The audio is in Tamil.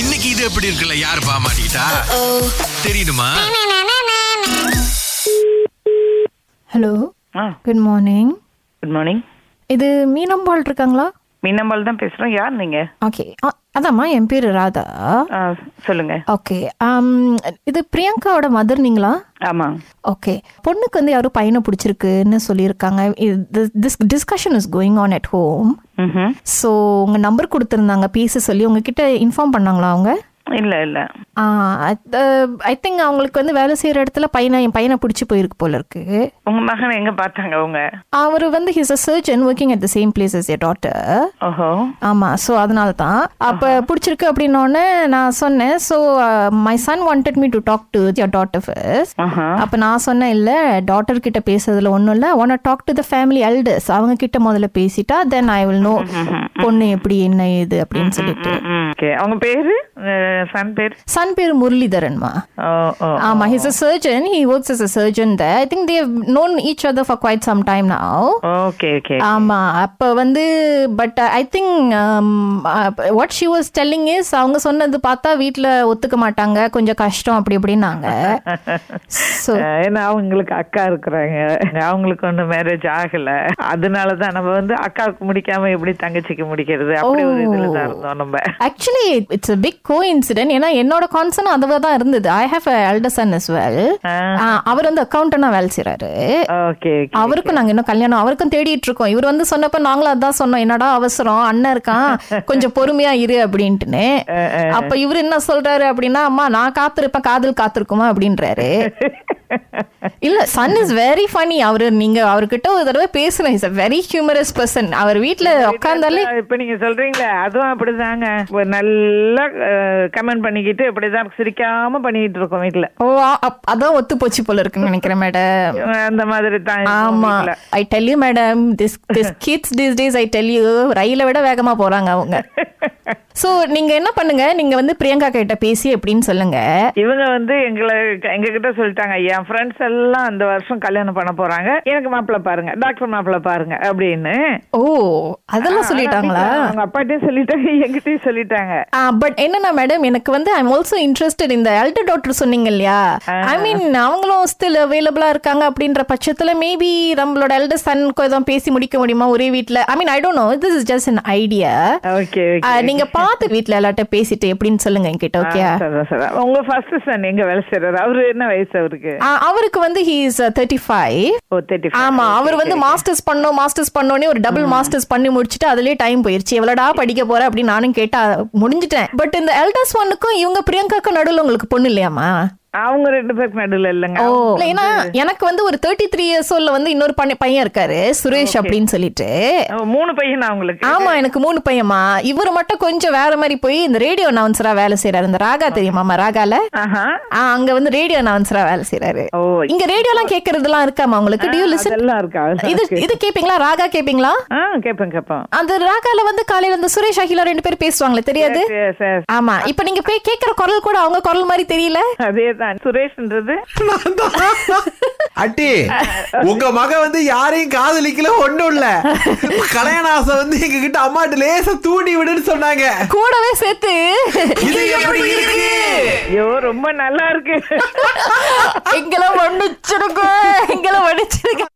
இன்னைக்கு இது எப்படி இருக்குல்ல யார் பாமாட்டா தெரியுமா hello ah good morning good morning இது மீனம்பாள் இருக்காங்களா மீனம்பாள் தான் பேசுறோம் யார் நீங்க ஓகே அதாம்மா என் பேர் ராதா ஆ, சொல்லுங்க ஓகே இது பிரியங்காவோட மதர் நீங்களா ஆமா ஓகே பொண்ணுக்கு வந்து யாரும் பையனை பிடிச்சிருக்குன்னு சொல்லியிருக்காங்க this discussion is going on at home hmm so உங்கள் நம்பர் கொடுத்துருந்தாங்க பேச சொல்லி உங்ககிட்ட இன்ஃபார்ம் பண்ணாங்களா அவங்க இல்ல இல்ல ஐ திங்க் அவங்களுக்கு வந்து வேலை செய்கிற இடத்துல பையனை என் பையனை பிடிச்சி போயிருக்கு போல இருக்கு உங்க மகன் எங்க பார்த்தாங்க உங்க அவர் வந்து his a surgeon working at the same place is a daughter ஓஹோ ஆமா ஸோ அதனால தான் அப்போ பிடிச்சிருக்கு அப்படின்னோடனே நான் சொன்னேன் so my son wanted me to talk to your daughter first ஆஹா அப்போ நான் சொன்னேன் இல்லை டாட்டர் கிட்ட பேசுறதுல ஒன்றும் இல்லை one talk to the family elders அவங்க கிட்ட முதல்ல பேசிட்டா தென் ஐ வில் நோ பொண்ணு எப்படி என்ன ஏது அப்படின்னு சொல்லிட்டு ஓகே அவங்க பேரு சன் பேர் சன் பேர் முரளிதரன்மா ஓ ஓ ஆமா his a surgeon he works as a surgeon the I think they known each other for quite some time now okay okay ஆமா அப்ப வந்து but I think what she was telling is அவங்க சொன்னது பார்த்தா வீட்ல ஒத்துக்க மாட்டாங்க கொஞ்சம் கஷ்டம் அப்படி இப்படின்னாங்க ஸோ ஏன்னா அவங்களுக்கு அக்கா இருக்கிறாங்க அவங்களுக்கு ஒன்றும் மேரேஜ் ஆகல அதனால தான் நம்ம வந்து அக்காவுக்கு முடிக்காம எப்படி தங்கச்சிக்கு முடிக்கிறது அப்படி ஒரு இதுல தான் இருந்தோம் நம்ம actually it's a big go incident ஏன்னா என்னோட கான்சர்ன் அதுவாக தான் இருந்தது I have elder son as well அவர் வந்து அக்கௌண்டனாக வேலை செய்கிறாரு ஓகே ஓகே அவருக்கும் நாங்க இன்னும் கல்யாணம் அவருக்கும் தேடிட்டு இருக்கோம் இவர் வந்து சொன்னப்ப நாங்களும் அதான் சொன்னோம் என்னடா அவசரம் அண்ணன் இருக்கான் கொஞ்சம் பொறுமையா இரு அப்படின்ட்டுன்னு அப்ப இவர் என்ன சொல்றாரு அப்படின்னா அம்மா நான் காத்திருப்பேன் காதல் காத்திருக்குமா அப்படின்றாரு இல்ல சன் இஸ் வெரி ஃபனி அவரு நீங்க அவர்கிட்ட ஒரு தடவை பேசணும் is a very humorous person அவர் வீட்ல உட்கார்ந்தாலே இப்ப நீங்க சொல்றீங்களே அதுவும் அப்படிதாங்க ஒரு நல்லா கமெண்ட் பண்ணிக்கிட்டு இப்படிதான் சிரிக்காம பண்ணிட்டு இருக்கோம் வீட்டுல ஓ அப்- அதான் ஒத்து போச்சு போல இருக்குன்னு நினைக்கிறேன் மேடம் அந்த மாதிரி தான் ஆமா I tell you madam this this kids this days I tell you ரயிலை விட வேகமா போறாங்க அவங்க சோ நீங்க என்ன பண்ணுங்க நீங்க வந்து பிரியங்கா கிட்ட பேசி எப்படின்னு சொல்லுங்க இவங்க வந்து எங்களை எங்க கிட்ட சொல்லிட்டாங்க என் ஃப்ரெண்ட்ஸ் எல்லாம் அந்த வருஷம் கல்யாணம் பண்ண போறாங்க எனக்கு மாப்பிள்ளை பாருங்க டாக்டர் மாப்பிள்ளை பாருங்க அப்படின்னு ஓ அதெல்லாம் சொல்லிட்டாங்களா அவங்க அப்பாட்டையும் சொல்லிட்டாங்க என்கிட்டயும் சொல்லிட்டாங்க பட் என்னன்னா மேடம் எனக்கு வந்து ஐம் ஆல்சோ இன்ட்ரெஸ்டட் இந்த எல்டர் டாக்டர் சொன்னீங்க இல்லையா ஐ மீன் அவங்களும் ஸ்டில் அவைலபிளா இருக்காங்க அப்படின்ற பட்சத்துல மேபி நம்மளோட எல்டர் சன்னுக்கு எதுவும் பேசி முடிக்க முடியுமா ஒரே வீட்ல I mean I don't know this is just an idea okay நீங்க பார்த்து வீட்ல எல்லார்ட்ட பேசிட்டு எப்படின்னு சொல்லுங்க என்கிட்ட ஓகே உங்க ஃபர்ஸ்ட் சன் எங்க வேலை செய்யறாரு அவரு என்ன வயசு அவருக்கு ஆ, அவருக்கு வந்து he is thirty five oh thirty ஆமா அவர் வந்து மாஸ்டர்ஸ் பண்ணோம் மாஸ்டர்ஸ் பண்ணோனே ஒரு டபுள் மாஸ்டர்ஸ் பண்ணி முடிச்சுட்டு அதுலயே டைம் போயிருச்சு எவ்வளோடா படிக்க போற அப்படின்னு நானும் கேட்டா முடிஞ்சிட்டேன் பட் இந்த எல்டர்ஸ் ஒன்னுக்கும் இவங்க பிரியங்காக்கும் நடுவில் உங்களுக்கு பொண்ணு இல்லையாமா அவங்க ரெண்டு பேருக்கு நடுவுல இல்லைங்க ஓ இல்ல, ஏன்னா எனக்கு வந்து ஒரு தேர்ட்டி த்ரீ இயர்ஸ் ஓல்ல வந்து இன்னொரு பண்ண- பையன் இருக்காரு சுரேஷ் அப்படின்னு சொல்லிட்டு ஓ, மூணு பையனா அவங்களுக்கு ஆமா எனக்கு மூணு பையன்மா இவர் மட்டும் கொஞ்சம் வேற மாதிரி போய் இந்த ரேடியோ அனௌன்சரா வேலை செய்யறாரு இந்த ராகா தெரியுமாமா ராகால ஆஹா ஆ, அங்க வந்து ரேடியோ அனௌன்சரா வேலை செய்யறாரு ஓ இங்க ரேடியோலாம் கேக்குறதுலாம் இருக்காமா உங்களுக்கு டியூ லிசன் அதெல்லாம் இருக்கா இது இது கேப்பீங்களா ராகா கேப்பீங்களா ஆ கேப்பேன் கேப்பேன் அந்த ராகால வந்து காலையில இந்த சுரேஷ் அகிலா ரெண்டு பேரும் பேசுவாங்களே தெரியாது Yes, yes. ஆமா இப்ப நீங்க போய் கேக்குற குரல் கூட அவங்க குரல் மாதிரி தெரியல அதேதான் சுரேஷ்ன்றது அட்டி உங்க மகன் வந்து யாரையும் காதலிக்கல ஒண்ணும் இல்ல கல்யாண ஆசை வந்து எங்க கிட்ட அம்மாட்ட லேசா தூண்டி விடுன்னு சொன்னாங்க கூடவே சேர்த்து இது எப்படி இருக்கு ஐயோ ரொம்ப நல்லா இருக்கு எங்களை மன்னிச்சிருக்கோம் எங்களை மன்னிச்சிருக்க